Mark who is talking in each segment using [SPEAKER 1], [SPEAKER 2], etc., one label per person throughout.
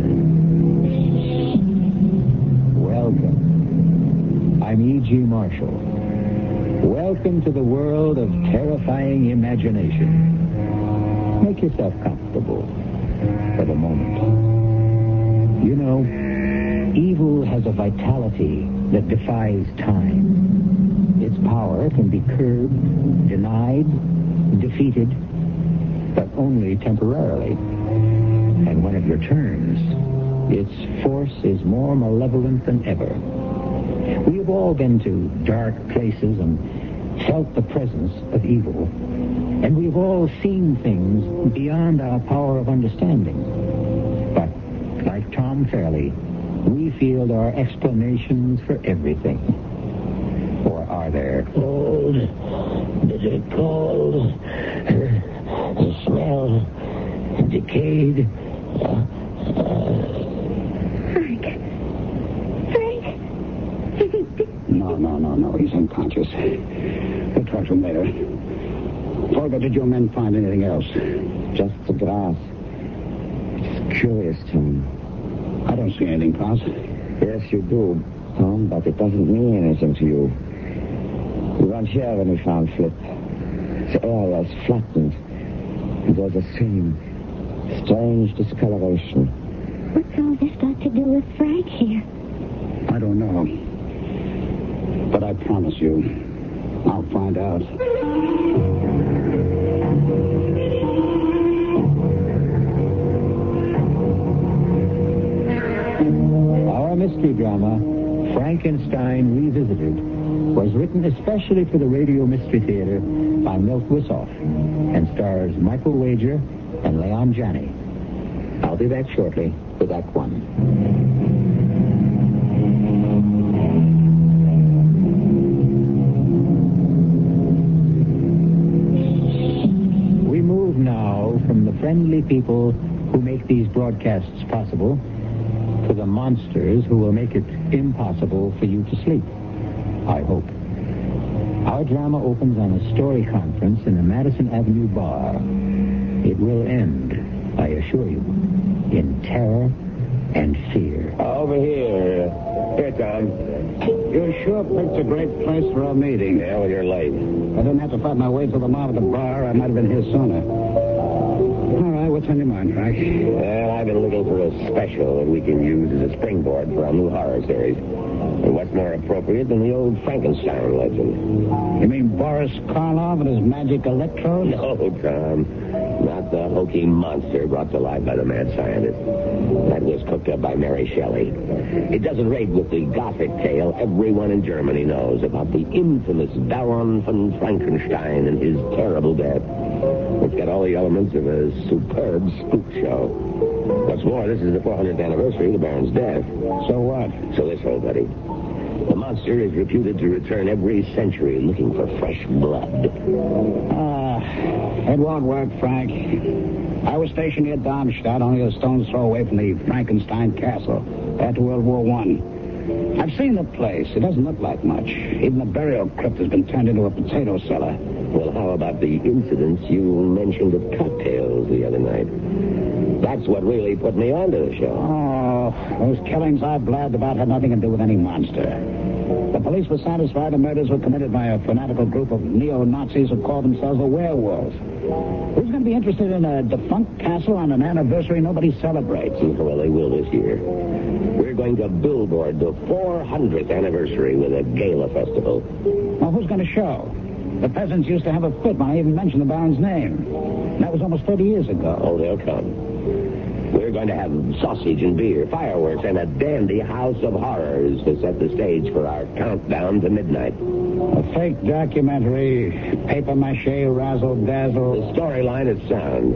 [SPEAKER 1] E into the world of terrifying imagination. Make yourself comfortable for the moment. You know, evil has a vitality that defies time. Its power can be curbed, denied, defeated, but only temporarily. And when it returns, its force is more malevolent than ever. We have all been to dark places and felt the presence of evil. And we've all seen things beyond our power of understanding. But, like Tom Fairley, we feel there are explanations for everything. Or are there?
[SPEAKER 2] Cold, bitter cold, the smell, decayed. Uh, uh,
[SPEAKER 3] No, no, no, no. He's unconscious. We'll talk to him later. Folger, did your men find anything else?
[SPEAKER 4] Just the grass. It's curious, Tom.
[SPEAKER 3] I don't see anything, Klaus.
[SPEAKER 4] Yes, you do, Tom, but it doesn't mean anything to you. We weren't here when we found Flip. The air was flattened. It was the same strange discoloration.
[SPEAKER 5] What's all this got to do with Frank here?
[SPEAKER 3] I don't know. But I promise you, I'll find out.
[SPEAKER 1] Our mystery drama, Frankenstein Revisited, was written especially for the Radio Mystery Theater by Milt Wissoff and stars Michael Wager and Leon Janney. I'll be back shortly with Act One. friendly people who make these broadcasts possible to the monsters who will make it impossible for you to sleep. I hope. Our drama opens on a story conference in a Madison Avenue bar. It will end, I assure you, in terror and fear.
[SPEAKER 6] Over here. Here, Tom.
[SPEAKER 3] You sure picked a great place for a meeting.
[SPEAKER 6] Yeah, well, you're late.
[SPEAKER 3] I didn't have to fight my way to the mob at the bar. I might have been here sooner. All right, what's on your mind, Frank?
[SPEAKER 6] Well, I've been looking for a special that we can use as a springboard for our new horror series. And what's more appropriate than the old Frankenstein legend?
[SPEAKER 3] You mean Boris Karloff and his magic electrode?
[SPEAKER 6] No, Tom. Not the hokey monster brought to life by the mad scientist. That was cooked up by Mary Shelley. It doesn't rate with the gothic tale everyone in Germany knows about the infamous Baron von Frankenstein and his terrible death. It's got all the elements of a superb spook show. What's more, this is the 400th anniversary of the Baron's death.
[SPEAKER 3] So what?
[SPEAKER 6] So this whole buddy. The monster is reputed to return every century looking for fresh blood.
[SPEAKER 3] Ah, uh, it won't work, Frank. I was stationed near Darmstadt, only a stone's throw away from the Frankenstein Castle after World War One. I've seen the place. It doesn't look like much. Even the burial crypt has been turned into a potato cellar.
[SPEAKER 6] Well, how about the incidents you mentioned at cocktails the other night? That's what really put me onto the show.
[SPEAKER 3] Oh, those killings I blabbed about had nothing to do with any monster. The police were satisfied the murders were committed by a fanatical group of neo-Nazis who called themselves the werewolves. Who's going to be interested in a defunct castle on an anniversary nobody celebrates?
[SPEAKER 6] Well, they will this year. We're going to billboard the 400th anniversary with a gala festival.
[SPEAKER 3] Well, who's going to show? The peasants used to have a fit when I even mentioned the Baron's name. That was almost 30 years ago.
[SPEAKER 6] Oh, they'll come. We're going to have sausage and beer, fireworks, and a dandy house of horrors to set the stage for our countdown to midnight.
[SPEAKER 3] A fake documentary, paper mache, razzle dazzle.
[SPEAKER 6] The storyline is sound,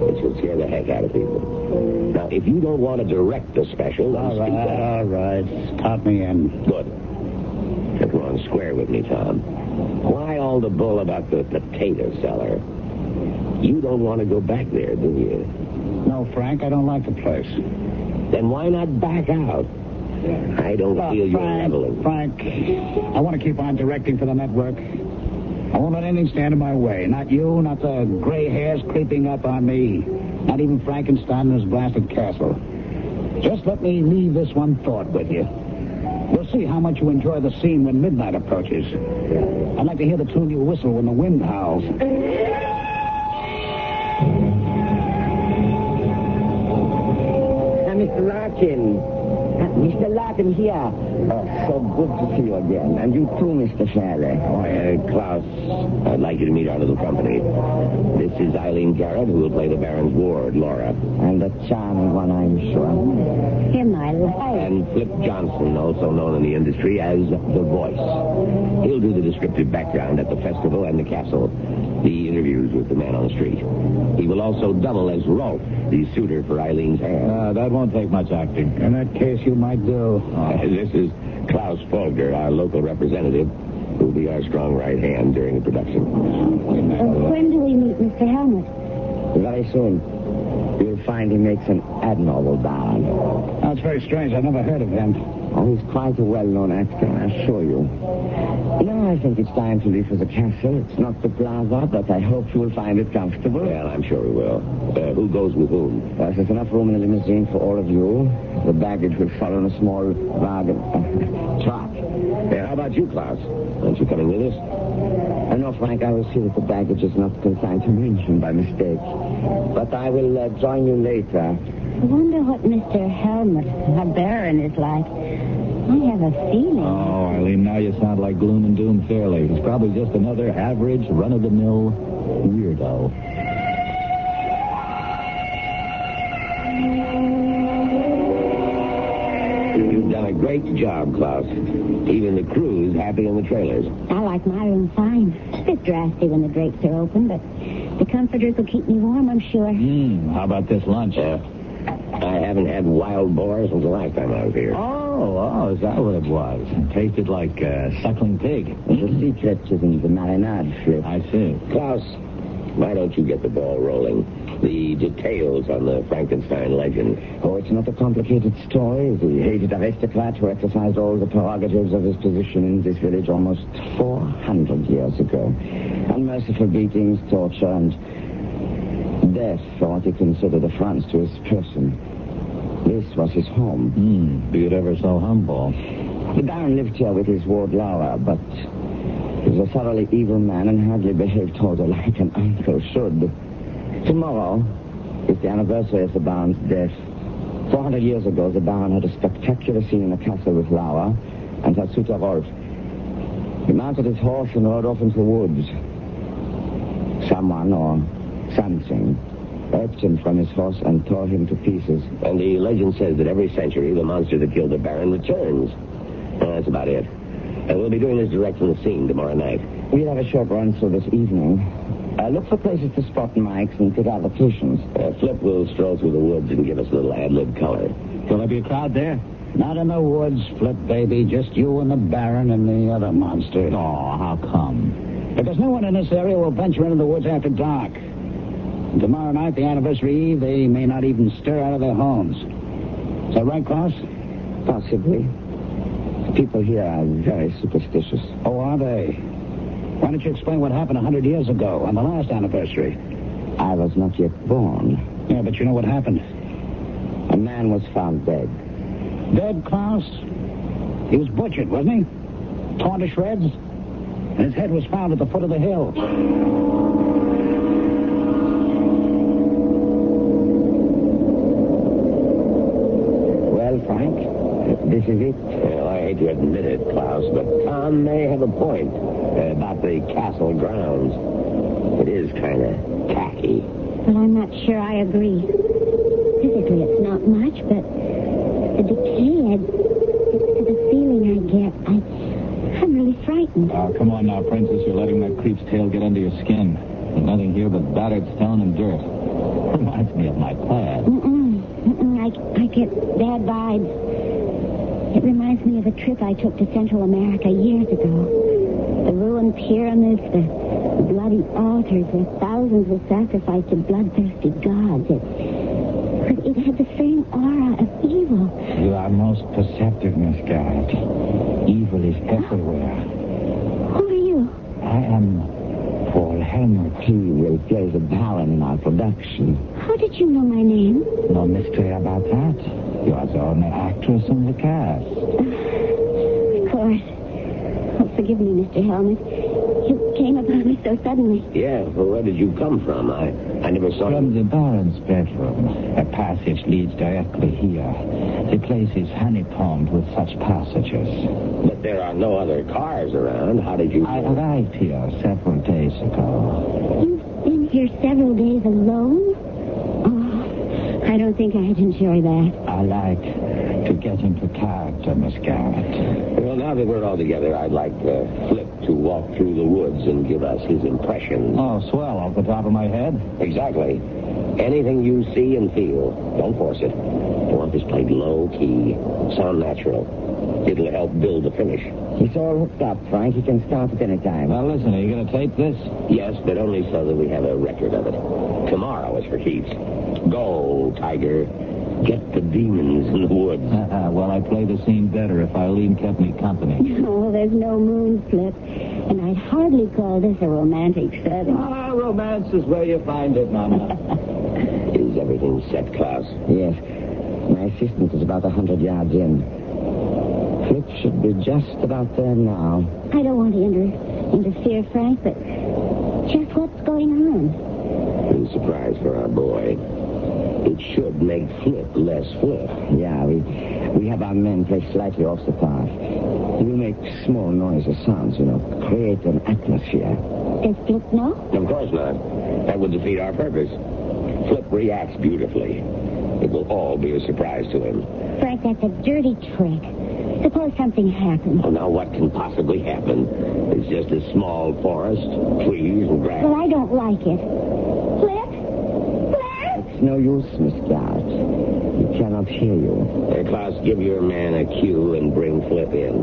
[SPEAKER 6] which will scare the heck out of people. Now, if you don't want to direct the special,
[SPEAKER 3] all right,
[SPEAKER 6] up.
[SPEAKER 3] all right, pop me in.
[SPEAKER 6] Good. Get wrong square with me, Tom. Why all the bull about the potato cellar? You don't want to go back there, do you?
[SPEAKER 3] No, Frank, I don't like the place.
[SPEAKER 6] Then why not back out? I don't
[SPEAKER 3] oh,
[SPEAKER 6] feel
[SPEAKER 3] Frank,
[SPEAKER 6] you're leveling.
[SPEAKER 3] Frank, I want to keep on directing for the network. I won't let anything stand in my way. Not you, not the gray hairs creeping up on me, not even Frankenstein and his blasted castle. Just let me leave this one thought with you. We'll see how much you enjoy the scene when midnight approaches. I'd like to hear the tune you whistle when the wind howls.
[SPEAKER 4] Uh, Mr. Larkin. Uh, Mr. Larkin here. Uh, so good to see you again. And you too, Mr. Shirley.
[SPEAKER 6] Why, uh, Klaus, I'd like you to meet our little company. This is Eileen Garrett, who will play the Baron's ward, Laura.
[SPEAKER 4] And a charming one, I'm sure.
[SPEAKER 5] In my life.
[SPEAKER 6] And Flip Johnson, also known in the industry as The Voice. He'll do the descriptive background at the festival and the castle, the interviews with the man on the street. He will also double as Rolf, the suitor for Eileen's hand.
[SPEAKER 2] Uh, that won't take much acting.
[SPEAKER 3] In that case, you might do.
[SPEAKER 6] Uh, This is Klaus Folger, our local representative, who'll be our strong right hand during the production.
[SPEAKER 5] Uh, when do we meet Mr. Helmut?
[SPEAKER 4] Very soon. You'll find he makes an admirable Baron.
[SPEAKER 3] That's very strange. I've never heard of him.
[SPEAKER 4] Oh, he's quite a well-known actor, I assure you. Now I think it's time to leave for the castle. It's not the plaza, but I hope you will find it comfortable.
[SPEAKER 6] Well, I'm sure we will. Uh, who goes with whom?
[SPEAKER 4] Uh, there's enough room in the limousine for all of you. The baggage will follow in a small wagon uh, truck.
[SPEAKER 6] Uh, how about you, Klaus? Aren't you coming with us?
[SPEAKER 4] I know, Frank, I will see that the baggage is not consigned to München by mistake. But I will uh, join you later.
[SPEAKER 5] I wonder what Mr. Helmut, a baron, is like. I have a feeling.
[SPEAKER 2] Oh, Eileen, now you sound like gloom and doom fairly. He's probably just another average, run-of-the-mill weirdo.
[SPEAKER 6] You've done a great job, Klaus. Even the crew's happy in the trailers.
[SPEAKER 5] I like my room fine. It's a bit drafty when the drapes are open, but the comforters will keep me warm, I'm sure.
[SPEAKER 2] Hmm, how about this lunch?
[SPEAKER 6] Uh, I haven't had wild boar since the last time I was here.
[SPEAKER 2] Oh, oh, is that what it was? tasted like uh, suckling pig.
[SPEAKER 4] The secret is in the marinade, Fritz.
[SPEAKER 2] I see.
[SPEAKER 6] Klaus, why don't you get the ball rolling? The details on the Frankenstein legend.
[SPEAKER 4] Oh, it's not a complicated story. The hated aristocrat who exercised all the prerogatives of his position in this village almost 400 years ago. Unmerciful beatings, torture, and death for what he considered affronts to his person. This was his home.
[SPEAKER 2] Hmm, be it ever so humble.
[SPEAKER 4] The Baron lived here with his ward Laura, but he was a thoroughly evil man and hardly behaved toward her like an uncle should. Tomorrow is the anniversary of the Baron's death. 400 years ago, the Baron had a spectacular scene in the castle with Laura and her suitor Rolf. He mounted his horse and rode off into the woods. Someone or something urged him from his horse and tore him to pieces.
[SPEAKER 6] And the legend says that every century, the monster that killed the Baron returns. Well, that's about it. And we'll be doing this direct from the scene tomorrow night.
[SPEAKER 4] We'll have a short run through this evening. Uh, look for places to spot mics and pick out locations.
[SPEAKER 6] Uh, Flip will stroll through the woods and give us a little ad-lib color.
[SPEAKER 2] Will there be a crowd there?
[SPEAKER 3] Not in the woods, Flip, baby. Just you and the Baron and the other monster.
[SPEAKER 2] Oh, how come?
[SPEAKER 3] Because no one in this area will venture into the woods after dark. And tomorrow night, the anniversary eve, they may not even stir out of their homes. Is that right, Klaus?
[SPEAKER 4] Possibly. People here are very superstitious.
[SPEAKER 3] Oh, are they? Why don't you explain what happened a hundred years ago on the last anniversary?
[SPEAKER 4] I was not yet born.
[SPEAKER 3] Yeah, but you know what happened.
[SPEAKER 4] A man was found dead.
[SPEAKER 3] Dead Klaus. He was butchered, wasn't he? Torn to shreds. And his head was found at the foot of the hill.
[SPEAKER 4] Well, Frank, uh, this is it.
[SPEAKER 6] Well, I hate to admit it, Klaus, but Tom may have a point uh, about the castle grounds. It is kind of tacky.
[SPEAKER 5] Well, I'm not sure I agree. Physically, it's not much, but the decay, I, it's the feeling I get. I, I'm really frightened.
[SPEAKER 2] Oh, come on now, Princess. You're letting that creep's tail get under your skin. There's nothing here but battered stone and dirt. Reminds me of my past.
[SPEAKER 5] Mm-mm. Mm-mm. I, I get bad vibes. It reminds me of a trip I took to Central America years ago. The ruined pyramids, the bloody altars where thousands were sacrificed to bloodthirsty gods. It, but it had the same aura of evil.
[SPEAKER 1] You are most perceptive, Miss Garrett. Evil is everywhere.
[SPEAKER 5] Who are you?
[SPEAKER 1] I am Paul Helmut.
[SPEAKER 4] He will play the Baron in our production.
[SPEAKER 5] How did you know my name?
[SPEAKER 1] No mystery about that. You are the only actress in the cast.
[SPEAKER 5] yours. Oh, forgive me, Mr. Helmut. You came upon me so suddenly.
[SPEAKER 6] Yeah, well, where did you come from? I, I never saw you.
[SPEAKER 7] From the Baron's bedroom, a passage leads directly here. The place is honeycombed with such passages.
[SPEAKER 6] But there are no other cars around. How did you...
[SPEAKER 7] I arrived here several days ago.
[SPEAKER 5] You've been here several days alone? Oh, I don't think I'd enjoy that.
[SPEAKER 7] I like to get into character, Miss Garrett.
[SPEAKER 6] Well, now that we're all together, I'd like uh, Flip to walk through the woods and give us his impressions.
[SPEAKER 7] Oh, swell, off the top of my head.
[SPEAKER 6] Exactly. Anything you see and feel, don't force it. I want this played low key, sound natural. It'll help build the finish.
[SPEAKER 8] It's all hooked up, Frank. He can start at any time.
[SPEAKER 7] Now, listen, are you going to tape this?
[SPEAKER 6] Yes, but only so that we have a record of it. Tomorrow is for keeps. Go, Tiger. Get the demons in the woods.
[SPEAKER 7] Uh-uh. well, I play the scene better if Eileen kept me company.
[SPEAKER 5] Oh, there's no moon flip. And I'd hardly call this a romantic setting.
[SPEAKER 7] Ah, romance is where you find it, Mama.
[SPEAKER 6] Is everything set, Klaus?
[SPEAKER 8] Yes. My assistant is about a hundred yards in. Flip should be just about there now.
[SPEAKER 5] I don't want to inter- interfere, Frank, but just what's going on?
[SPEAKER 6] Been surprise for our boy. It should make Flip less Flip.
[SPEAKER 8] Yeah, we we have our men play slightly off the path. You make small noises, sounds, you know, create an atmosphere.
[SPEAKER 5] Does Flip know?
[SPEAKER 6] Of course not. That would defeat our purpose. Flip reacts beautifully. It will all be a surprise to him.
[SPEAKER 5] Frank, that's a dirty trick. Suppose something happens.
[SPEAKER 6] Well, now what can possibly happen? It's just a small forest, trees and grass.
[SPEAKER 5] Well, I don't like it. Flip? Flip?
[SPEAKER 8] It's no use, Miss Garrett. He cannot hear you.
[SPEAKER 6] Hey, Klaus, give your man a cue and bring Flip in.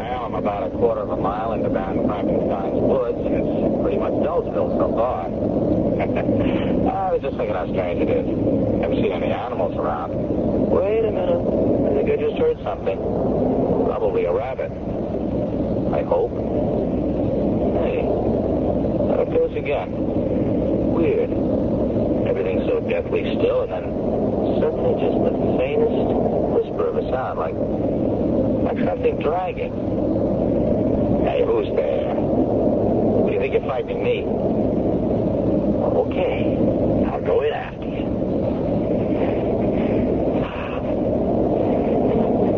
[SPEAKER 9] Now I'm about a quarter of a mile into Van Frankenstein's woods, and it's pretty much Doseville so far. I was just thinking how strange it is. Haven't seen any animals around. Wait a minute. I think I just heard something. Probably a rabbit. I hope. Hey, that appears again. Weird. Everything's so deathly still, and then suddenly just the faintest whisper of a sound, like like something dragging. Hey, who's there? Do you think you're fighting me? Okay, I'll go in after you.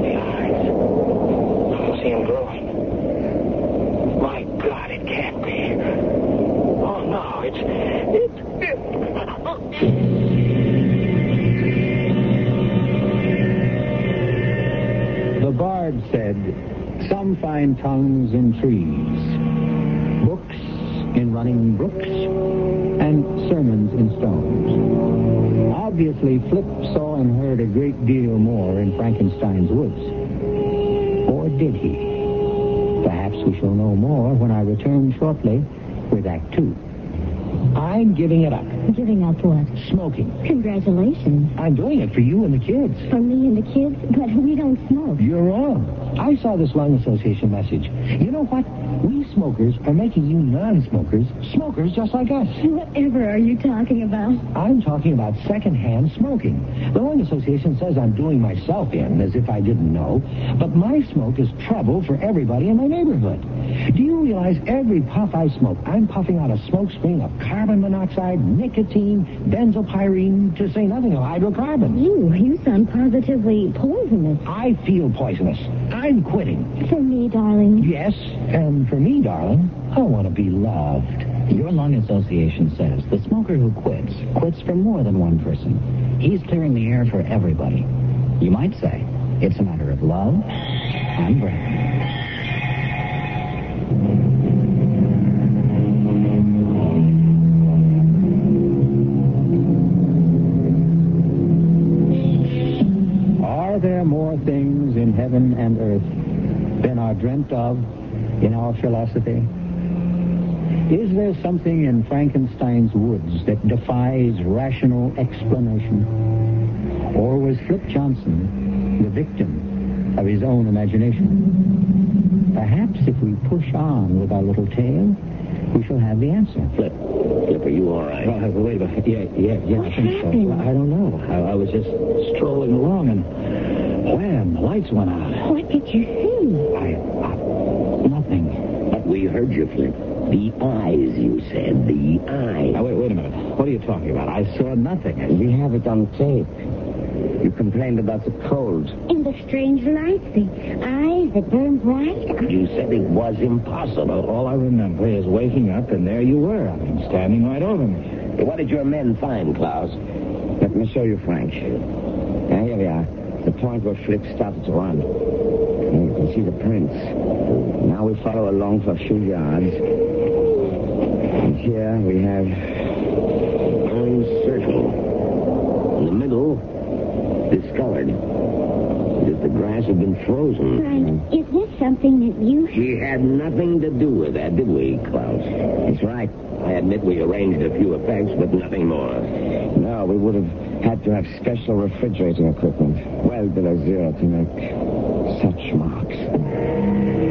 [SPEAKER 9] The eyes. I can see them growing. My God, it can't be. Oh no, it's it's it.
[SPEAKER 3] The bard said, Some find tongues in trees, books in running brooks, and sermons in stones. Obviously, Flip saw and heard a great deal more in Frankenstein's woods. Or did he? Perhaps we shall know more when I return shortly with Act Two. I'm giving it up.
[SPEAKER 5] Giving up what?
[SPEAKER 3] Smoking.
[SPEAKER 5] Congratulations.
[SPEAKER 3] I'm doing it for you and the kids.
[SPEAKER 5] For me and the kids, but we don't smoke.
[SPEAKER 3] You're wrong. I saw this lung association message. You know what? We smokers are making you non-smokers smokers just like us.
[SPEAKER 5] Whatever are you talking about?
[SPEAKER 3] I'm talking about secondhand smoking. The lung association says I'm doing myself in as if I didn't know, but my smoke is trouble for everybody in my neighborhood. Do you realize every puff I smoke, I'm puffing out a smoke screen of carbon monoxide, nicotine, benzopyrene, to say nothing of hydrocarbons.
[SPEAKER 5] You, you sound positively poisonous.
[SPEAKER 3] I feel poisonous. I'm quitting.
[SPEAKER 5] For me, darling.
[SPEAKER 3] Yes, and for me, darling, I want to be loved.
[SPEAKER 7] Your lung association says the smoker who quits quits for more than one person. He's clearing the air for everybody. You might say it's a matter of love and breath.
[SPEAKER 3] Are there more things in heaven and earth than are dreamt of in our philosophy? Is there something in Frankenstein's woods that defies rational explanation? Or was Flip Johnson the victim of his own imagination? Perhaps if we push on with our little tale,
[SPEAKER 2] you shall have the answer.
[SPEAKER 6] Flip. Flip, are you all right?
[SPEAKER 2] Well, wait a minute. Yeah, yeah, yeah.
[SPEAKER 5] What
[SPEAKER 2] I think
[SPEAKER 5] happened?
[SPEAKER 2] So. I don't know. I, I was just strolling along and wham, the lights went out.
[SPEAKER 5] What did you see?
[SPEAKER 2] I, I nothing.
[SPEAKER 6] But we heard you, Flip. The eyes, you said. The eyes.
[SPEAKER 2] Now wait, wait a minute. What are you talking about? I saw nothing.
[SPEAKER 4] We have it on tape. You complained about the cold.
[SPEAKER 5] And the strange lights, the eyes that burn bright.
[SPEAKER 6] You said it was
[SPEAKER 2] Well,
[SPEAKER 6] impossible.
[SPEAKER 2] all I remember is waking up and there you were. I mean, standing right over me.
[SPEAKER 6] What did your men find, Klaus?
[SPEAKER 4] Let me show you, Frank. Now, here we are. The point where Flip started to run. And you can see the prints. Now we follow along for a few yards. And here we have
[SPEAKER 6] Orange circle. In the middle, discolored. As if the grass had been frozen.
[SPEAKER 5] Frank, is this something that you
[SPEAKER 6] We had nothing to do with that, did we, Klaus? That's right. I admit we arranged a few effects, but nothing more.
[SPEAKER 4] No, we would have had to have special refrigerating equipment well below zero to make such marks.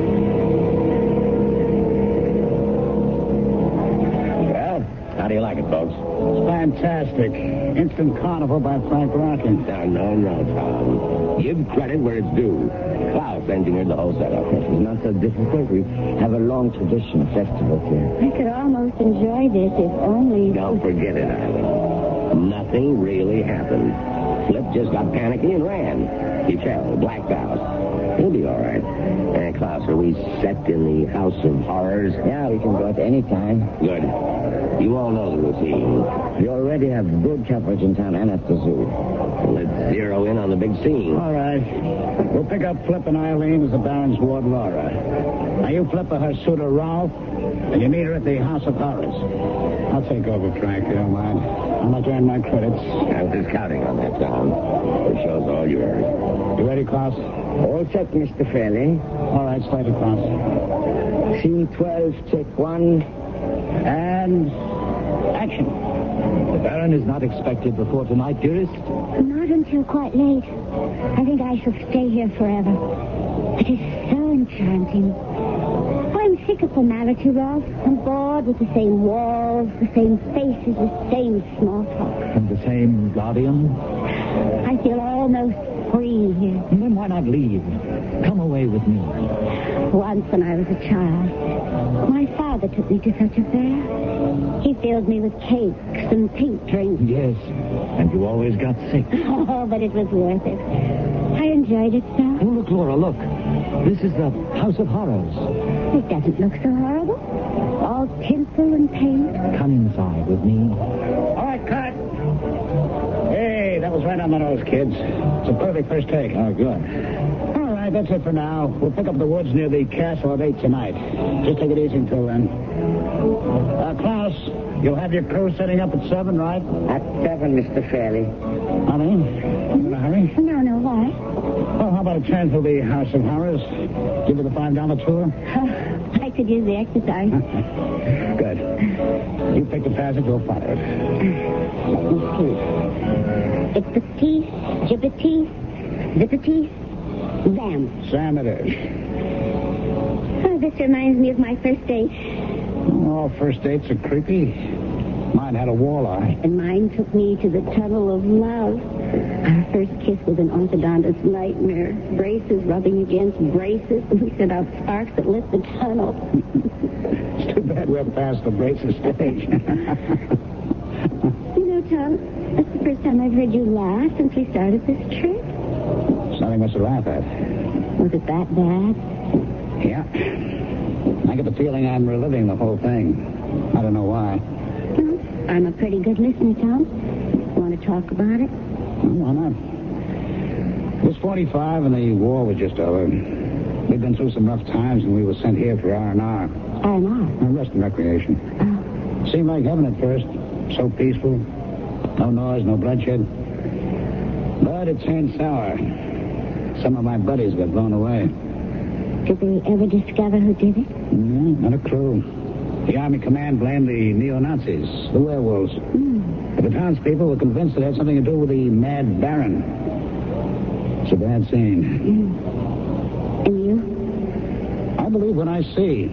[SPEAKER 6] Well, how do you like it, folks?
[SPEAKER 3] It's fantastic. Instant carnival by Frank Rockin.
[SPEAKER 6] No, no, no, Tom. Give credit where it's due. Klaus engineered the whole setup.
[SPEAKER 4] It's not so difficult. We have a long tradition of festivals here.
[SPEAKER 5] I could almost enjoy this if only.
[SPEAKER 6] Don't forget it, Ivan. Nothing really happened. Flip just got panicky and ran. You tell, blacked out. He'll be all right. And Klaus, are we set in the House of Horrors?
[SPEAKER 4] Yeah, we can go at any time.
[SPEAKER 6] Good. You all know the routine.
[SPEAKER 4] We already have good coverage in town and at the zoo.
[SPEAKER 6] Let's zero in on the big scene.
[SPEAKER 3] All right. We'll pick up Flip and Eileen as the Baron's ward Laura. Now, you Flip are her suitor, Ralph, and you meet her at the House of Horrors. I'll take over, Frank, you don't mind. I must earn my credits.
[SPEAKER 6] I was counting on that, Tom. The show's all yours.
[SPEAKER 3] You ready, Klaus?
[SPEAKER 4] All set, Mr. Fairley.
[SPEAKER 3] All right, slide it, Klaus.
[SPEAKER 4] Scene 12, take one.
[SPEAKER 3] And action.
[SPEAKER 2] The Baron is not expected before tonight, dearest.
[SPEAKER 5] Not until quite late. I think I shall stay here forever. It is so enchanting. Oh, I'm sick of formality, Ralph. I'm bored with the same walls, the same faces, the same small talk.
[SPEAKER 2] And the same guardian.
[SPEAKER 5] I feel almost free here.
[SPEAKER 2] And then why not leave? Come away with me.
[SPEAKER 5] Once when I was a child, my father took me to such a fair. He filled me with cakes and pink drinks.
[SPEAKER 2] Yes. And you always got sick.
[SPEAKER 5] Oh, but it was worth it. I enjoyed it so.
[SPEAKER 2] Oh, look, Laura, look. This is the House of Horrors.
[SPEAKER 5] It doesn't look so horrible. All tinsel and paint.
[SPEAKER 2] Come inside with me.
[SPEAKER 3] All right, cut. Hey, that was right on the nose, kids. It's a perfect first take. Oh, good. All right, that's it for now. We'll pick up the woods near the castle at 8 tonight. Just take it easy until then. Uh, Klaus, you'll have your crew setting up at 7, right?
[SPEAKER 4] At seven, Mr. Fairley.
[SPEAKER 3] Honey, you in a hurry?
[SPEAKER 5] No, no, why?
[SPEAKER 3] Well, how about a turn through the House of Horrors? Give you the $5 tour?
[SPEAKER 5] I could use the exercise.
[SPEAKER 3] Good. You pick the passage, we'll follow it.
[SPEAKER 5] It's the teeth, jibbity, zippity, bam.
[SPEAKER 3] Sam it is.
[SPEAKER 5] Oh, this reminds me of my first date.
[SPEAKER 3] All Oh, first dates are creepy. Mine had a walleye.
[SPEAKER 5] And mine took me to the tunnel of love. Our first kiss was an orthodontist nightmare. Braces rubbing against braces. We sent out sparks that lit the tunnel.
[SPEAKER 3] It's too bad we're past the braces stage.
[SPEAKER 5] You know, Tom, that's the first time I've heard you laugh since we started this trip.
[SPEAKER 3] There's nothing much to laugh at.
[SPEAKER 5] Was it that bad?
[SPEAKER 3] Yeah. I get the feeling I'm reliving the whole thing. I don't know why.
[SPEAKER 5] No, I'm a pretty good listener, Tom. Want to talk about it?
[SPEAKER 3] Why not? It was 45 and the war was just over. We'd been through some rough times and we were sent here for R&R.
[SPEAKER 5] I Oh, know.
[SPEAKER 3] Uh, Rest and recreation. Seemed like heaven at first. So peaceful. No noise, no bloodshed. But it turned sour. Some of my buddies got blown away.
[SPEAKER 5] Did they ever discover who did it?
[SPEAKER 3] Mm,
[SPEAKER 6] Mm-hmm.
[SPEAKER 3] not a clue. The army command blamed the neo-Nazis, the werewolves. But the townspeople were convinced it had something to do with the Mad Baron. It's a bad scene.
[SPEAKER 5] And you?
[SPEAKER 3] I believe what I see.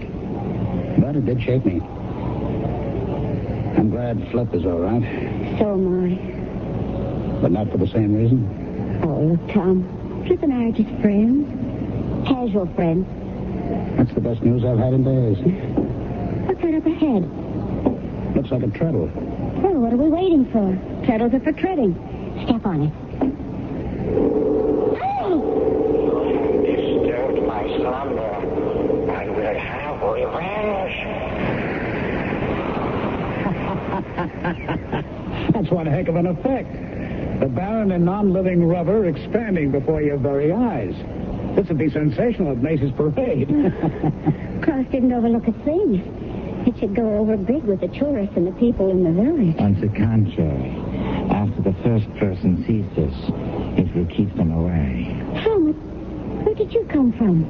[SPEAKER 3] But it did shake me. I'm glad Flip is all right,
[SPEAKER 5] So am
[SPEAKER 3] but not for the same reason.
[SPEAKER 5] I. Oh, look, Tom. Flip and I are just friends. Casual friends.
[SPEAKER 3] That's the best news I've had in days.
[SPEAKER 5] What's that up ahead?
[SPEAKER 3] Looks like a treadle.
[SPEAKER 5] Well, what are we waiting for? Turtles are for treading. Step on it. Hey!
[SPEAKER 10] Disturbed my slumber. I will have revenge.
[SPEAKER 3] That's one heck of an effect. The barren and non-living rubber expanding before your very eyes. This would be sensational at Macy's Parade.
[SPEAKER 5] Cross didn't overlook a thing. It should go over big with the tourists and the people in the village.
[SPEAKER 2] On the contrary, after the first person sees this, it will keep them away.
[SPEAKER 5] Helmut, where did you come from?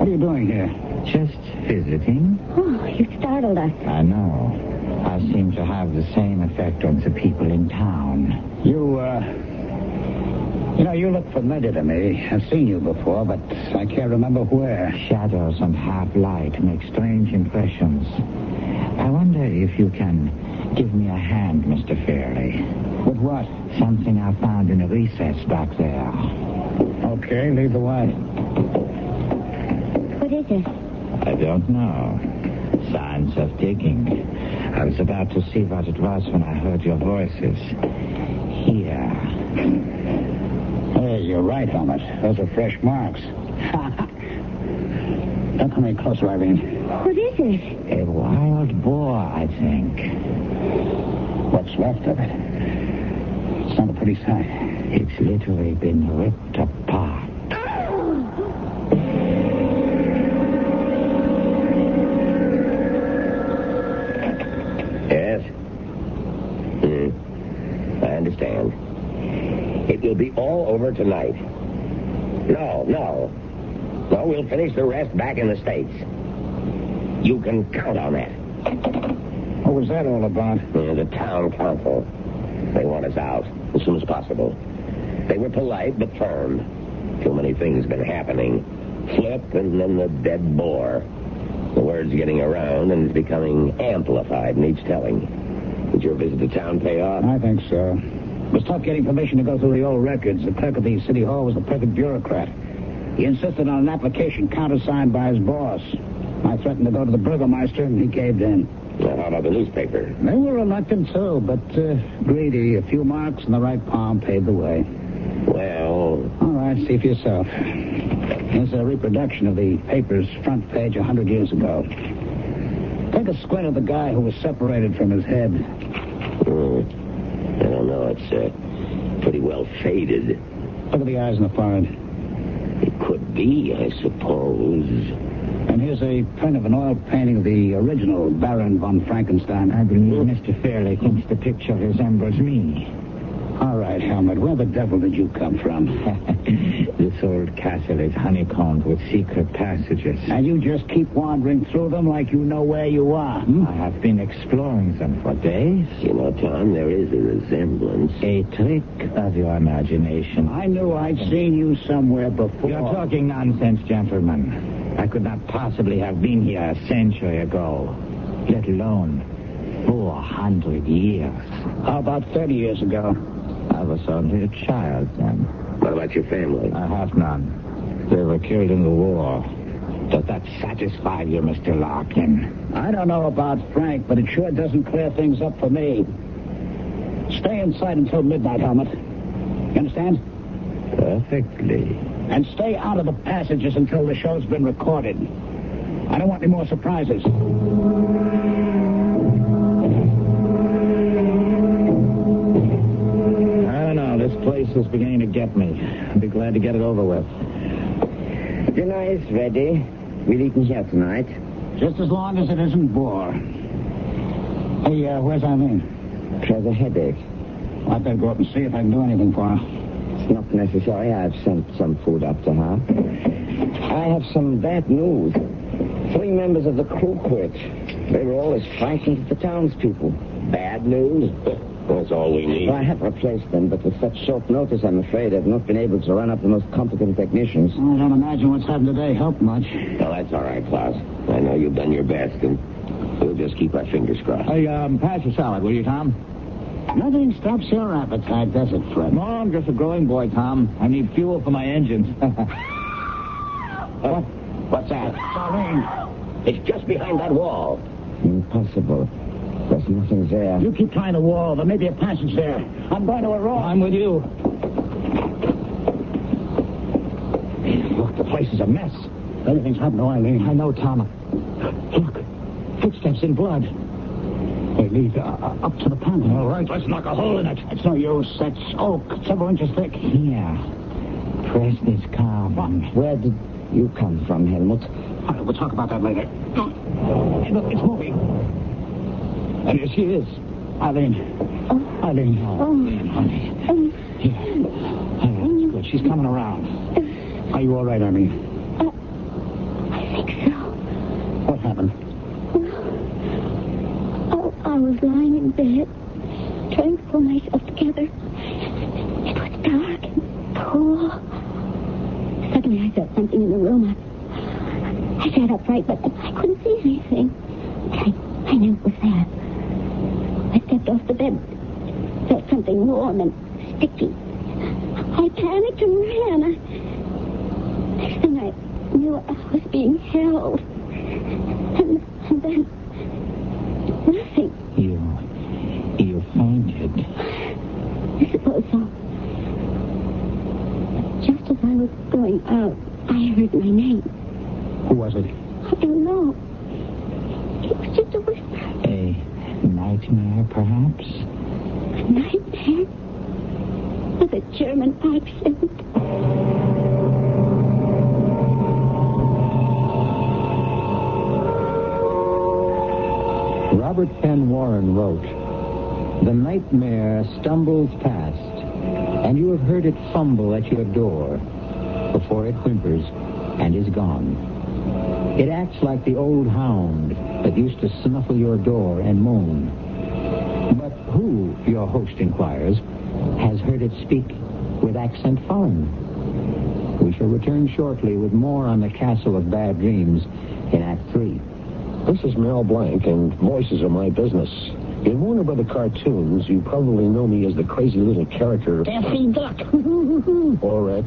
[SPEAKER 3] what are you doing here?
[SPEAKER 2] Just visiting?
[SPEAKER 5] Oh, you startled us.
[SPEAKER 2] I know. I seem to have the same effect on the people in town.
[SPEAKER 3] You, uh... You know, you look familiar to me. I've seen you before, but I can't remember where.
[SPEAKER 2] Shadows and half light make strange impressions. I wonder if you can give me a hand, Mr. Fairley.
[SPEAKER 3] With what?
[SPEAKER 2] Something I found in a recess back there.
[SPEAKER 3] Okay, lead the way.
[SPEAKER 5] What is it?
[SPEAKER 2] I don't know. Signs of digging. I was about to see what it was when I heard your voices. Here.
[SPEAKER 3] Hey, you're right, Helmut. Those are fresh marks. Don't come any closer, Irene.
[SPEAKER 5] What is it?
[SPEAKER 2] A wild boar, I think.
[SPEAKER 3] What's left of it? It's not a pretty sight.
[SPEAKER 2] It's literally been ripped apart.
[SPEAKER 6] Yes? Hmm. I understand. It will be all over tonight. No, no. No, we'll finish the rest back in the States. You can count on that.
[SPEAKER 3] What was that all about?
[SPEAKER 6] Uh, the town council. They want us out as soon as possible. They were polite but firm. Too many things been happening. Flip and then the dead boar. The word's getting around and it's becoming amplified in each telling. Did your visit to town pay off?
[SPEAKER 3] I think so. It was tough getting permission to go through the old records. The clerk of the city hall was a perfect bureaucrat. He insisted on an application countersigned by his boss. I threatened to go to the burgomeister, and he caved in.
[SPEAKER 6] Now, how about the newspaper?
[SPEAKER 3] They were reluctant, too, but uh, greedy. A few marks in the right palm paved the way.
[SPEAKER 6] Well,
[SPEAKER 3] All right, see for yourself. Here's a reproduction of the paper's front page a hundred years ago. Take a squint at the guy who was separated from his head.
[SPEAKER 6] mm, hmm, I don't know. It's uh, pretty well faded.
[SPEAKER 3] Look at the eyes and the forehead.
[SPEAKER 6] It could be, I suppose.
[SPEAKER 3] And here's a print of an oil painting of the original Baron von Frankenstein. Hmm?
[SPEAKER 2] I believe Mr. Fairley thinks the picture resembles me.
[SPEAKER 3] All right, Helmut, where the devil did you come from?
[SPEAKER 2] this old castle is honeycombed with secret passages.
[SPEAKER 3] And you just keep wandering through them like you know where you are. hmm?
[SPEAKER 2] I have been exploring them for days.
[SPEAKER 6] You know, Tom, there is a resemblance.
[SPEAKER 2] A trick of your imagination.
[SPEAKER 3] I knew I'd seen you somewhere before.
[SPEAKER 2] You're talking nonsense, gentlemen. I could not possibly have been here a century ago, let alone 400 years.
[SPEAKER 3] How about 30 years ago?
[SPEAKER 2] I was only a child then.
[SPEAKER 6] What about your family?
[SPEAKER 2] I have none. They were killed in the war. Does that satisfy you, Mr. Larkin?
[SPEAKER 3] I don't know about Frank, but it sure doesn't clear things up for me. Stay inside until midnight, Helmut. You understand?
[SPEAKER 2] Perfectly.
[SPEAKER 3] And stay out of the passages until the show's been recorded. I don't want any more surprises.
[SPEAKER 2] I don't know. This place is beginning to get me. I'd be glad to get it over with.
[SPEAKER 4] Dinner is ready. We're eating here tonight.
[SPEAKER 3] Just as long as it isn't bore. Hey, uh, where's Eileen?
[SPEAKER 4] She has a headache.
[SPEAKER 3] I better go up and see if I can do anything for her.
[SPEAKER 4] It's not necessary. I've sent some food up to her. I have some bad news. Three members of the crew quit. They were always frightened of the townspeople.
[SPEAKER 6] Bad news? That's all we need.
[SPEAKER 4] Well, I have replaced them, but with such short notice, I'm afraid I've not been able to run up the most competent technicians.
[SPEAKER 3] I don't imagine what's happened today helped much.
[SPEAKER 6] Well, that's all right, Klaus. I know you've done your best, and we'll just keep our fingers crossed.
[SPEAKER 3] Hey, um, pass the salad, will you, Tom?
[SPEAKER 2] Nothing stops your appetite, does it, Fred?
[SPEAKER 3] No, I'm just a growing boy, Tom. I need fuel for my engines.
[SPEAKER 6] What? What's that? It's just behind that wall.
[SPEAKER 4] Impossible. There's nothing there.
[SPEAKER 2] You keep trying the wall. There may be a passage there. I'm going to a rock.
[SPEAKER 3] I'm with you.
[SPEAKER 2] Look, the place is a mess. Everything's happened to Eileen. I know, Tom. Look, footsteps in blood. They lead uh, uh, up to the panel. All right, let's knock a hole in it. It's no use. That's oak. Several inches thick. Yeah. Press this calm.
[SPEAKER 4] Where did you come from, Helmut?
[SPEAKER 2] All right, Uh, we'll talk about that later. Hey, look, it's moving. And here she is. Eileen. Eileen.
[SPEAKER 5] Oh.
[SPEAKER 2] Eileen, honey.
[SPEAKER 5] Um,
[SPEAKER 2] Here. Eileen, that's good. She's coming around. Are you all right, Eileen?
[SPEAKER 5] I think so.
[SPEAKER 2] What happened?
[SPEAKER 5] Oh, I was lying in bed, trying to pull myself together. It was dark and cool. Suddenly I felt something in the room. I, I sat upright, but I couldn't see anything. I, I knew it was there. I stepped off the bed, felt something warm and sticky. I panicked and ran. I, next thing I knew, I was being held. And, and then, nothing.
[SPEAKER 2] You. You found it.
[SPEAKER 5] I suppose so. Just as I was going out, I heard my name.
[SPEAKER 2] Who was it?
[SPEAKER 5] I don't know. It was just a whisper.
[SPEAKER 2] A nightmare, perhaps?
[SPEAKER 5] A nightmare with a German accent.
[SPEAKER 11] Robert Penn Warren wrote, The nightmare stumbles past, and you have heard it fumble at your door before it whimpers and is gone. It acts like the old hound that used to snuffle your door and moan. But who, your host inquires, has heard it speak with accent foreign? We shall return shortly with more on the Castle of Bad Dreams in Act Three.
[SPEAKER 12] This is Mel Blanc, and voices are my business. In Warner Brother cartoons, you probably know me as the crazy little character,
[SPEAKER 13] Daffy Duck.
[SPEAKER 12] or uh,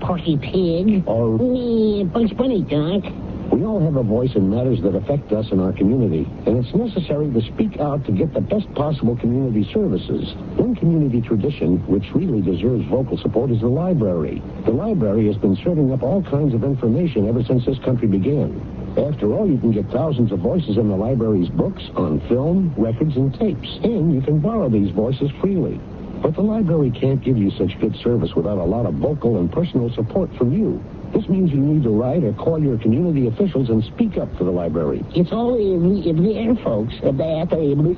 [SPEAKER 13] Porky Pig.
[SPEAKER 12] or
[SPEAKER 13] Me, Bugs Bunny Duck.
[SPEAKER 12] we all have a voice in matters that affect us in our community, and it's necessary to speak out to get the best possible community services. One community tradition which really deserves vocal support is the library. The library has been serving up all kinds of information ever since this country began. After all, you can get thousands of voices in the library's books, on film, records, and tapes, and you can borrow these voices freely. But the library can't give you such good service without a lot of vocal and personal support from you. This means you need to write or call your community officials and speak up for the library.
[SPEAKER 13] It's all in, the- in the air, folks. At the, at the li-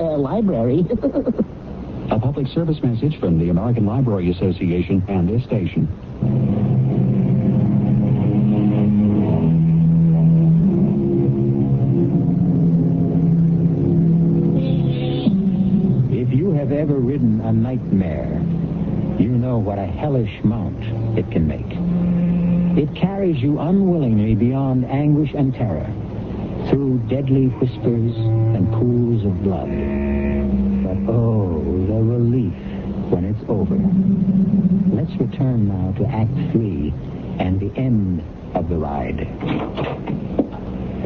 [SPEAKER 13] uh, library.
[SPEAKER 11] A public service message from the American Library Association and this station. If you have ever ridden a nightmare, you know what a hellish mount it can make. It carries you unwillingly beyond anguish and terror, through deadly whispers and pools of blood. But oh, the relief when it's over. Let's return now to Act Three and the end of the ride.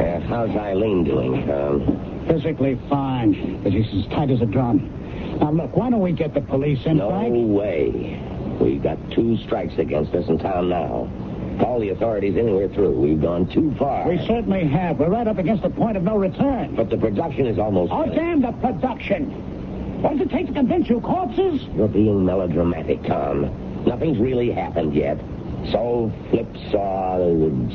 [SPEAKER 6] Uh, how's Eileen doing, Tom?
[SPEAKER 3] Physically fine, but she's as tight as a drum. Now, look, why don't we get the police in,
[SPEAKER 6] No
[SPEAKER 3] Frank?
[SPEAKER 6] way. We've got two strikes against us in town now. Call the authorities anywhere through. We've gone too far.
[SPEAKER 3] We certainly have. We're right up against the point of no return.
[SPEAKER 6] But the production is almost.
[SPEAKER 3] Oh,
[SPEAKER 6] finished.
[SPEAKER 3] damn the production. What does it take to convince you, corpses?
[SPEAKER 6] You're being melodramatic, Tom. Nothing's really happened yet. So Flip saw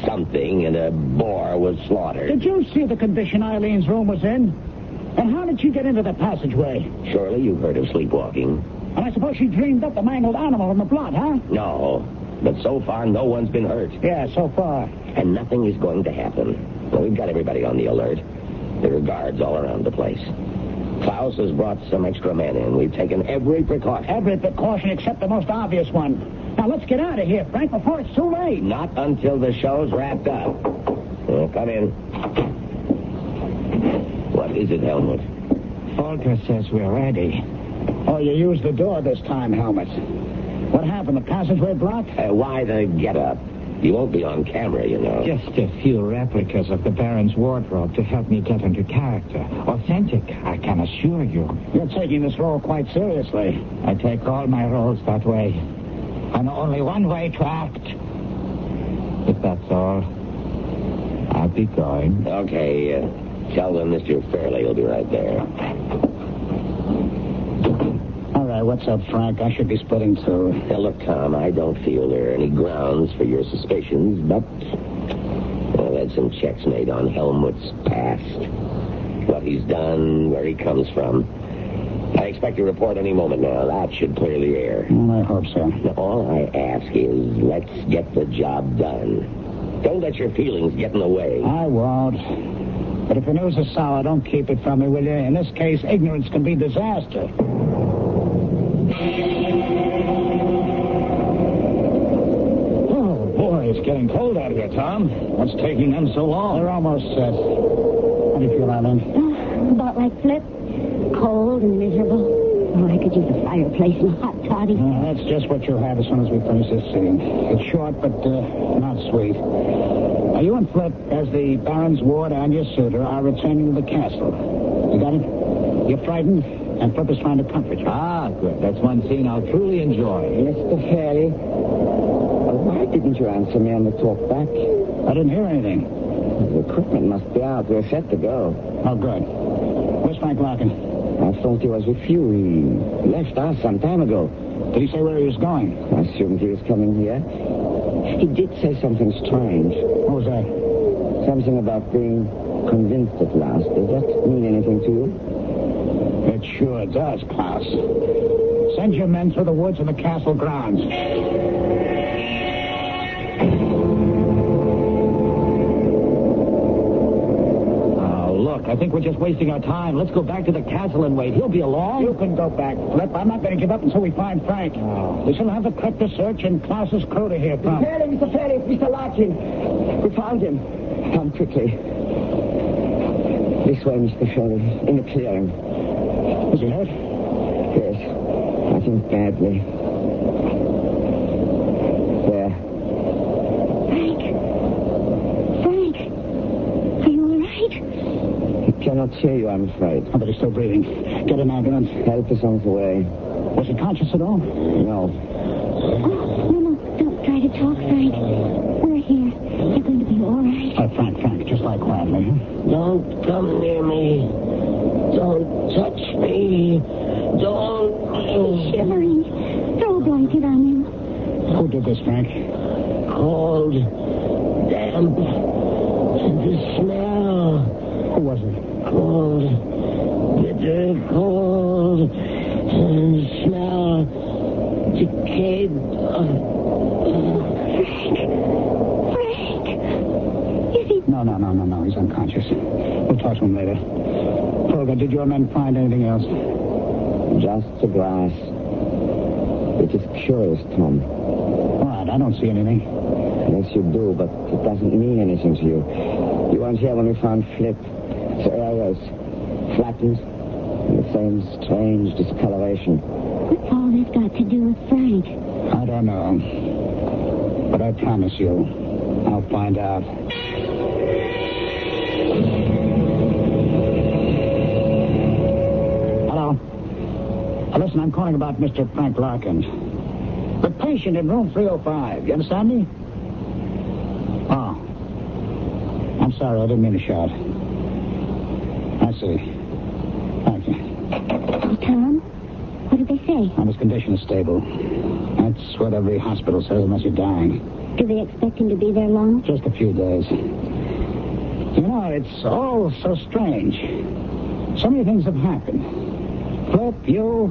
[SPEAKER 6] something and a boar was slaughtered.
[SPEAKER 3] Did you see the condition Eileen's room was in? And how did she get into the passageway?
[SPEAKER 6] Surely you've heard of sleepwalking.
[SPEAKER 3] And I suppose she dreamed up the mangled animal in the blood, huh?
[SPEAKER 6] No. But so far, no one's been hurt,
[SPEAKER 3] Yeah, so far.
[SPEAKER 6] and nothing is going to happen. Well, we've got everybody on the alert. There are guards all around the place. Klaus has brought some extra men in. We've taken every precaution.
[SPEAKER 3] Every precaution except the most obvious one. Now let's get out of here, Frank, before it's too late.
[SPEAKER 6] Not until the show's wrapped up. Well, come in. What is it, Helmut?
[SPEAKER 1] Volker says we're ready.
[SPEAKER 3] Oh, you used the door this time, Helmut. What happened? The passageway blocked?
[SPEAKER 6] Uh, why the get up? You won't be on camera, you know.
[SPEAKER 1] Just a few replicas of the Baron's wardrobe to help me get into character. Authentic, I can assure you.
[SPEAKER 3] You're taking this role quite seriously.
[SPEAKER 1] I take all my roles that way. I know only one way to act. If that's all, I'll be going.
[SPEAKER 6] Okay, uh, tell them Mr. Fairley will be right there.
[SPEAKER 3] All right, what's up, Frank? I should be splitting too.
[SPEAKER 6] Now, look, Tom, I don't feel there are any grounds for your suspicions, but I've had some checks made on Helmut's past. What he's done, where he comes from. I expect a report any moment now. That should clear the air.
[SPEAKER 3] Well, I hope so.
[SPEAKER 6] Now, all I ask is let's get the job done. Don't let your feelings get in the way.
[SPEAKER 3] I won't. But if the news is sour, don't keep it from me, will you? In this case, ignorance can be disaster.
[SPEAKER 2] Oh, boy, it's getting cold out here, Tom. What's taking them so long?
[SPEAKER 3] They're almost set. How do you feel, Eileen?
[SPEAKER 5] About like Flip. Cold and miserable. Oh, I could use a fireplace and a hot toddy.
[SPEAKER 3] Uh, that's just what you'll have as soon as we finish this scene. It's short, but uh, not sweet. Now, you and Flip, as the Baron's ward and your suitor, are returning to the castle. You got it? You're frightened, and Flip is trying to comfort you.
[SPEAKER 11] Ah, good. That's one scene I'll truly enjoy.
[SPEAKER 4] Mr. Fairley, Oh, why didn't you answer me on the talk back?
[SPEAKER 3] I didn't hear anything.
[SPEAKER 4] The equipment must be out. We're set to go.
[SPEAKER 3] Oh, good. Where's Frank Larkin?
[SPEAKER 4] I thought he was with you. He left us some time ago.
[SPEAKER 3] Did he say where he was going?
[SPEAKER 4] I assumed he was coming here. He did say something strange.
[SPEAKER 3] What was that?
[SPEAKER 4] Something about being convinced at last. Does that mean anything to you?
[SPEAKER 3] It sure does, Klaus. Send your men through the woods and the castle grounds.
[SPEAKER 11] Uh, look, I think we're just wasting our time. Let's go back to the castle and wait. He'll be along.
[SPEAKER 3] You can go back, Flip. I'm not going to give up until we find Frank. We shall have the crypt to search and Klaus's crew to hear from.
[SPEAKER 4] Fairley, Mr. Fairley, it's Mr. Larkin. We found him. Come quickly. This way, Mr. Fairley, in the clearing.
[SPEAKER 3] Is he hurt?
[SPEAKER 4] Yes, I think badly. There.
[SPEAKER 5] Frank. Frank. Are you all right?
[SPEAKER 4] He cannot hear you, I'm afraid.
[SPEAKER 3] Oh, but he's still breathing. Get an ambulance.
[SPEAKER 4] Help is on the way.
[SPEAKER 3] Was he conscious at all?
[SPEAKER 4] No.
[SPEAKER 5] Oh, no, no. Don't try to talk, Frank. We're here. You're going to be all right.
[SPEAKER 3] Uh, Frank, Frank, just lie quietly. huh?
[SPEAKER 6] Don't come near me. Don't touch me. Don't
[SPEAKER 5] Shivering. Throw a blanket on him.
[SPEAKER 3] Who did this, Frank?
[SPEAKER 6] cold, damp, and the smell.
[SPEAKER 3] Who was it?
[SPEAKER 6] Cold, bitter cold, and the smell decayed.
[SPEAKER 5] Frank. Is he...
[SPEAKER 3] No, no, no, no, no. He's unconscious. We'll talk to him later. Folger, did your men find anything else?
[SPEAKER 4] Just the grass. It is curious, Tom.
[SPEAKER 3] All right, I don't see anything.
[SPEAKER 4] Yes, you do, but it doesn't mean anything to you. You weren't here when we found Flip. The air was flattened. and The same strange discoloration.
[SPEAKER 5] What's all this got to do with Frank?
[SPEAKER 3] I don't know. But I promise you, I'll find out. Hello. Uh, Listen, I'm calling about Mr. Frank Larkin. The patient in room 305. You understand me? Oh. I'm sorry, I didn't mean to shout. I see. Thank you.
[SPEAKER 5] Oh, Tom? What did they say?
[SPEAKER 3] And his condition is stable. That's what every hospital says unless you're dying.
[SPEAKER 5] Do they expect him to be there long?
[SPEAKER 3] Just a few days. You know, it's all so strange. So many things have happened. Flip, you,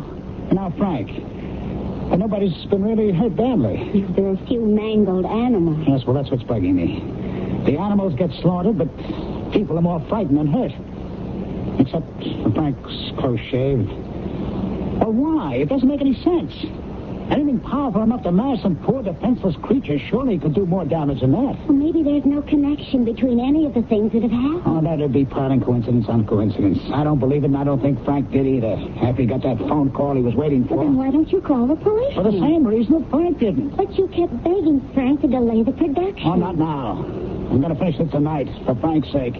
[SPEAKER 3] and now Frank. And nobody's been really hurt badly.
[SPEAKER 5] There are a few mangled animals.
[SPEAKER 3] Yes, well, that's what's bugging me. The animals get slaughtered, but people are more frightened than hurt. Except for Frank's close shave. Well, why? It doesn't make any sense. Anything powerful enough to mash some poor defenseless creature surely could do more damage than that.
[SPEAKER 5] Well, maybe there's no connection between any of the things that have happened.
[SPEAKER 3] Oh, that'd be plotting coincidence on coincidence. I don't believe it, and I don't think Frank did either. After he got that phone call he was waiting
[SPEAKER 5] Well, then
[SPEAKER 3] for.
[SPEAKER 5] why don't you call the police?
[SPEAKER 3] For
[SPEAKER 14] hmm.
[SPEAKER 3] the same reason that Frank didn't.
[SPEAKER 5] But you kept begging Frank to delay the production.
[SPEAKER 3] Oh, not now. I'm going to finish it tonight, for Frank's sake.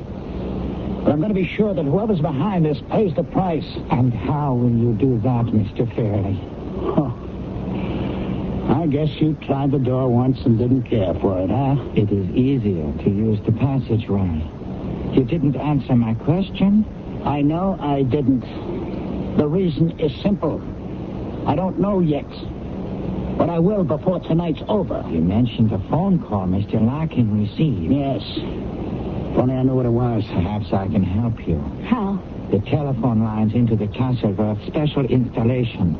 [SPEAKER 3] But I'm going to be sure that whoever's behind this pays the price.
[SPEAKER 14] And how will you do that, Mr. Fairley?
[SPEAKER 3] I guess you tried the door once and didn't care for it, huh?
[SPEAKER 14] It is easier to use the passageway. You didn't answer my question.
[SPEAKER 3] I know I didn't. The reason is simple. I don't know yet. But I will before tonight's over.
[SPEAKER 14] You mentioned a phone call Mr. Larkin received.
[SPEAKER 3] Yes. If only I knew what it was.
[SPEAKER 14] Perhaps I can help you.
[SPEAKER 5] How?
[SPEAKER 14] The telephone lines into the castle were of special installation.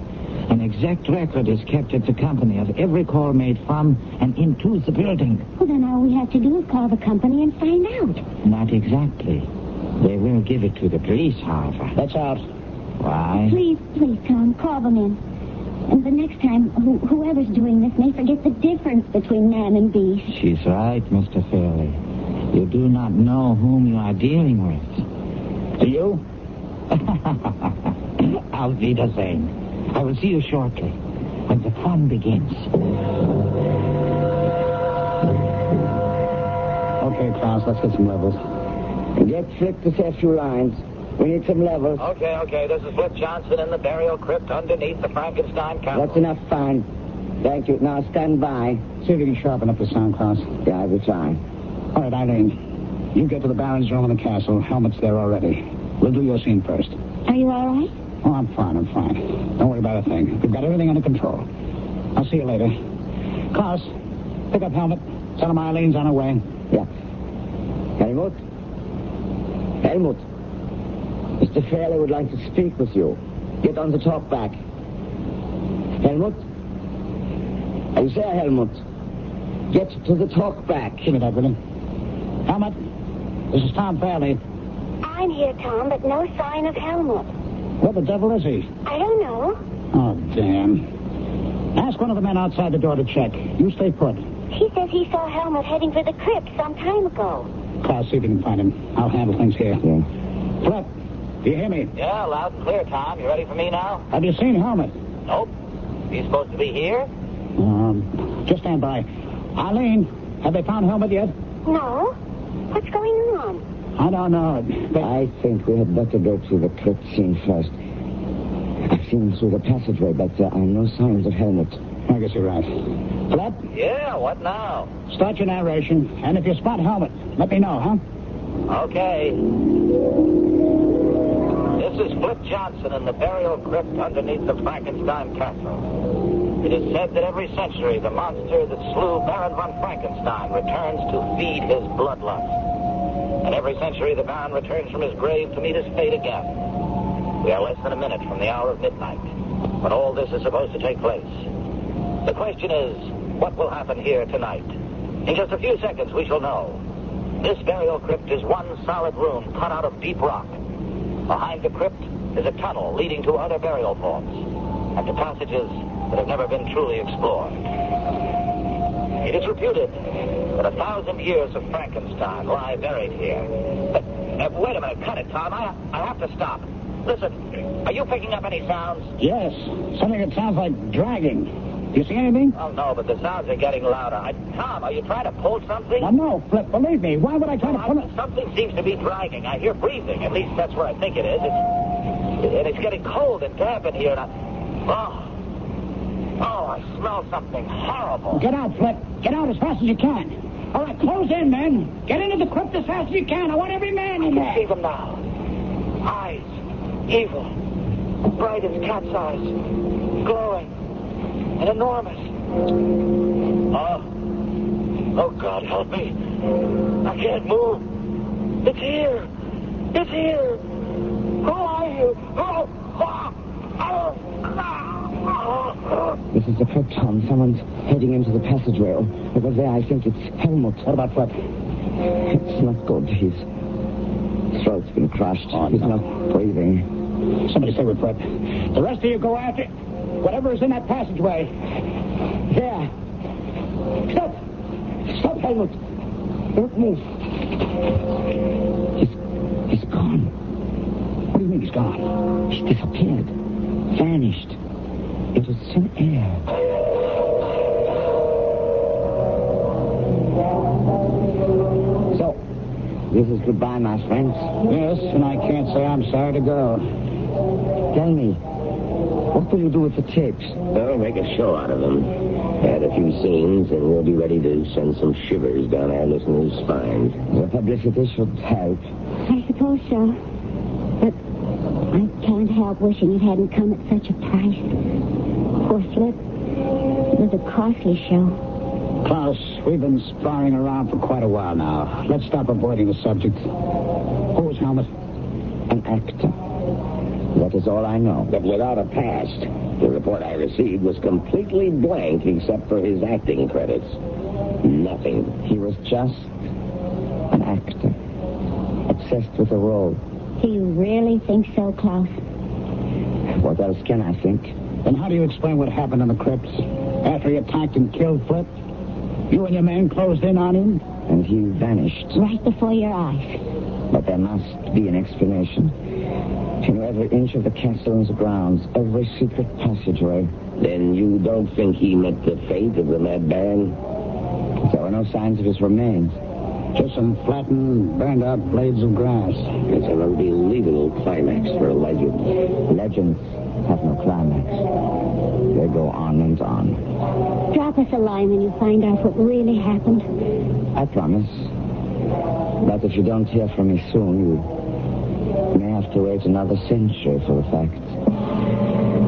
[SPEAKER 14] An exact record is kept at the company of every call made from and into the building.
[SPEAKER 5] Well, then all we have to do is call the company and find out.
[SPEAKER 14] Not exactly. They will give it to the police, however.
[SPEAKER 3] That's out.
[SPEAKER 14] Why?
[SPEAKER 5] Please, please, Tom, call them in. And the next time, who whoever's doing this may forget the difference between man and beast.
[SPEAKER 14] She's right, Mr. Fairley. You do not know whom you are dealing with. Do you? I'll be the same. I will see you shortly when the fun begins.
[SPEAKER 3] Okay, Klaus, let's get some levels.
[SPEAKER 6] Get Flip to say a few lines. We need some levels.
[SPEAKER 11] Okay, okay, this is Flip Johnson in the burial crypt underneath the Frankenstein castle.
[SPEAKER 6] That's enough fun. Thank you. Now stand by.
[SPEAKER 3] See if you can sharpen up the sound, Klaus.
[SPEAKER 6] Yeah, I will try.
[SPEAKER 3] All right, Eileen. You get to the Baron's room in the castle. Helmet's there already. We'll do your scene first.
[SPEAKER 5] Are you all right?
[SPEAKER 3] Oh, I'm fine, I'm fine. Don't worry about a thing. We've got everything under control. I'll see you later. Klaus, pick up Helmet. Tell him Eileen's on her way.
[SPEAKER 6] Yeah. Helmut? Helmut. Mr. Fairley would like to speak with you. Get on the talk back. Helmut? Are you there, Helmut? Get to the talk back.
[SPEAKER 3] Give me that, will you? Helmet, this is Tom Fairley.
[SPEAKER 5] I'm here, Tom, but no sign of Helmut.
[SPEAKER 3] Where the devil is he?
[SPEAKER 5] I don't know.
[SPEAKER 3] Oh, damn. Ask one of the men outside the door to check. You stay put.
[SPEAKER 5] He says he saw Helmut heading for the crypt some time ago.
[SPEAKER 3] Klaus, see if you can find him. I'll handle things here.
[SPEAKER 6] Yeah.
[SPEAKER 3] Flip, do you hear me?
[SPEAKER 11] Yeah, loud and clear, Tom. You ready for me now?
[SPEAKER 3] Have you seen Helmet?
[SPEAKER 11] Nope. He's supposed to be here?
[SPEAKER 3] Um, just stand by. Eileen, have they found Helmet yet?
[SPEAKER 5] No? What's going on?
[SPEAKER 3] I don't know. They-
[SPEAKER 6] I think we had better go through the crypt scene first. I've seen through the passageway, but there are no signs of Helmut.
[SPEAKER 3] I guess you're right. Flip,
[SPEAKER 11] Yeah, what now?
[SPEAKER 3] Start your narration, and if you spot Helmet, let me know, huh?
[SPEAKER 11] Okay. This is Flip Johnson in the burial crypt underneath the Frankenstein castle. It is said that every century the monster that slew Baron von Frankenstein returns to feed his bloodlust. And every century the Baron returns from his grave to meet his fate again. We are less than a minute from the hour of midnight when all this is supposed to take place. The question is, what will happen here tonight? In just a few seconds, we shall know. This burial crypt is one solid room cut out of deep rock. Behind the crypt is a tunnel leading to other burial forms and to passages that have never been truly explored. It is reputed that a thousand years of Frankenstein lie buried here. But, uh, wait a minute, cut it, Tom. I, I have to stop. Listen, are you picking up any sounds?
[SPEAKER 3] Yes. Something that sounds like dragging. Do you see anything?
[SPEAKER 11] Oh, no, but the sounds are getting louder. I, Tom, are you trying to pull something?
[SPEAKER 3] Now, Uh, no, Flip, believe me. Why would I try to pull it?
[SPEAKER 11] I- something seems to be dragging. I hear breathing. At least that's what I think it is. It's, and it's getting cold and damp in here. And I, oh, oh, I smell something horrible.
[SPEAKER 3] Get out, Flip. Get out as fast as you can. All right, close in, men. Get into the crypt as fast as you can. I want every man
[SPEAKER 11] I
[SPEAKER 3] in
[SPEAKER 11] can see
[SPEAKER 3] there.
[SPEAKER 11] them now. Eyes, evil, bright as cat's eyes, glowing and enormous. Oh, oh God, help me! I can't move. It's here. It's here. Who are you? Oh, oh, oh, oh,
[SPEAKER 6] This is the crypt, Tom. Someone's heading into the passageway. Oh, Over there, I think it's Helmut. What about Flip? It's not good. His throat's been crushed. He's not breathing.
[SPEAKER 3] Somebody stay with Flip. The rest of you go after. Whatever is in that passageway. There. Stop. Stop, Helmut. Don't move. He's, he's gone. What do you mean he's gone?
[SPEAKER 1] He disappeared. Vanished. It was thin air.
[SPEAKER 3] So,
[SPEAKER 4] This is goodbye, my friends.
[SPEAKER 3] yes, and I can't say I'm sorry to go.
[SPEAKER 4] Tell me, what will you do with the tapes?
[SPEAKER 6] Well, make a show out of them. Add a few scenes, and we'll be ready to send some shivers down our listeners' spines.
[SPEAKER 4] The publicity should help.
[SPEAKER 5] I suppose so. But I can't help wishing it hadn't come at such a price. Poor Flip. It was a costly show.
[SPEAKER 3] Klaus, we've been sparring around for quite a while now. Let's stop avoiding the subject. Who was Helmut?
[SPEAKER 4] An actor. That is all I know.
[SPEAKER 6] But without a past, the report I received was completely blank except for his acting credits. Nothing.
[SPEAKER 4] He was just an actor, obsessed with a role.
[SPEAKER 5] Do you really think so, Klaus?
[SPEAKER 4] What else can I think?
[SPEAKER 3] Then how do you explain what happened in the crypts? After he attacked and killed Flip, you and your men closed in on him?
[SPEAKER 4] And he vanished.
[SPEAKER 5] Right before your eyes.
[SPEAKER 4] But there must be an explanation. You know, every inch of the castle and the grounds, every secret passageway.
[SPEAKER 6] Then you don't think he met the fate of the mad band?
[SPEAKER 4] There were no signs of his remains.
[SPEAKER 3] Just some flattened, burned out blades of grass.
[SPEAKER 6] It's an unbelievable climax for a legend.
[SPEAKER 4] Legends have no climax. They go on and on.
[SPEAKER 5] Drop us a line when you find out what really happened.
[SPEAKER 4] I promise. But if you don't hear from me soon, you may have to wait another century for the facts.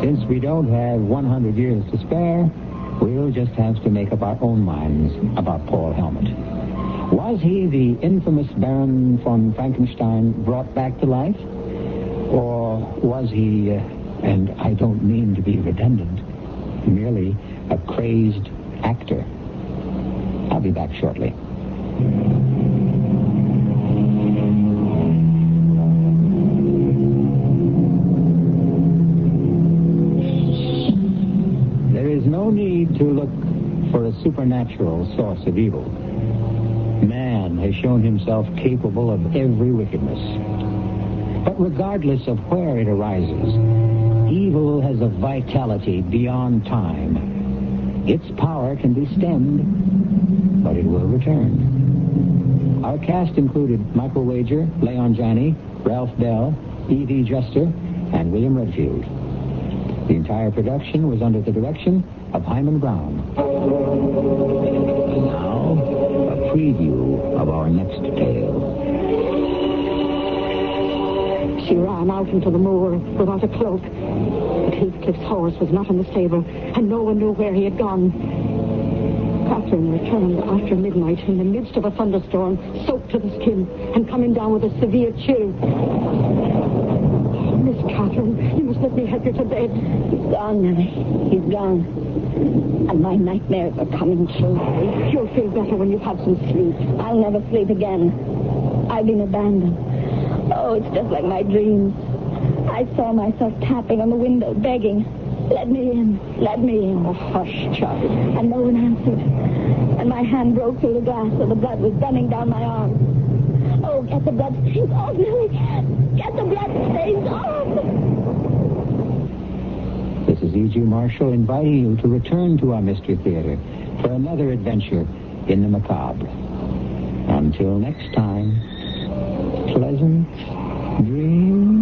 [SPEAKER 11] Since we don't have 100 years to spare, we'll just have to make up our own minds about Paul Helmet. Was he the infamous Baron von Frankenstein brought back to life? Or was he, uh, and I don't mean to be redundant, merely a crazed actor? I'll be back shortly. There is no need to look for a supernatural source of evil. Man has shown himself capable of every wickedness. But regardless of where it arises, evil has a vitality beyond time. Its power can be stemmed, but it will return. Our cast included Michael Wager, Leon Janney, Ralph Bell, E.V. Juster, and William Redfield. The entire production was under the direction of Hyman Brown. Now, a preview of our next tale.
[SPEAKER 15] She ran out into the moor without a cloak. But Heathcliff's horse was not in the stable, and no one knew where he had gone. Catherine returned after midnight in the midst of a thunderstorm, soaked to the skin, and coming down with a severe chill. Oh, Miss Catherine, you must let me help you to bed.
[SPEAKER 5] He's gone, Nellie. He's gone. And my nightmares are coming true.
[SPEAKER 15] You'll feel better when you've had some sleep.
[SPEAKER 5] I'll never sleep again. I've been abandoned. Oh, it's just like my dreams. I saw myself tapping on the window, begging, let me in, let me in. Oh, hush, Charlie. And no one answered. And my hand broke through the glass, so the blood was running down my arm. Oh, get the blood stains off, Lily. Get the blood stains off.
[SPEAKER 11] This is E.G. E Marshall inviting you to return to our Mystery Theater for another adventure in the macabre. Until next time, pleasant dreams.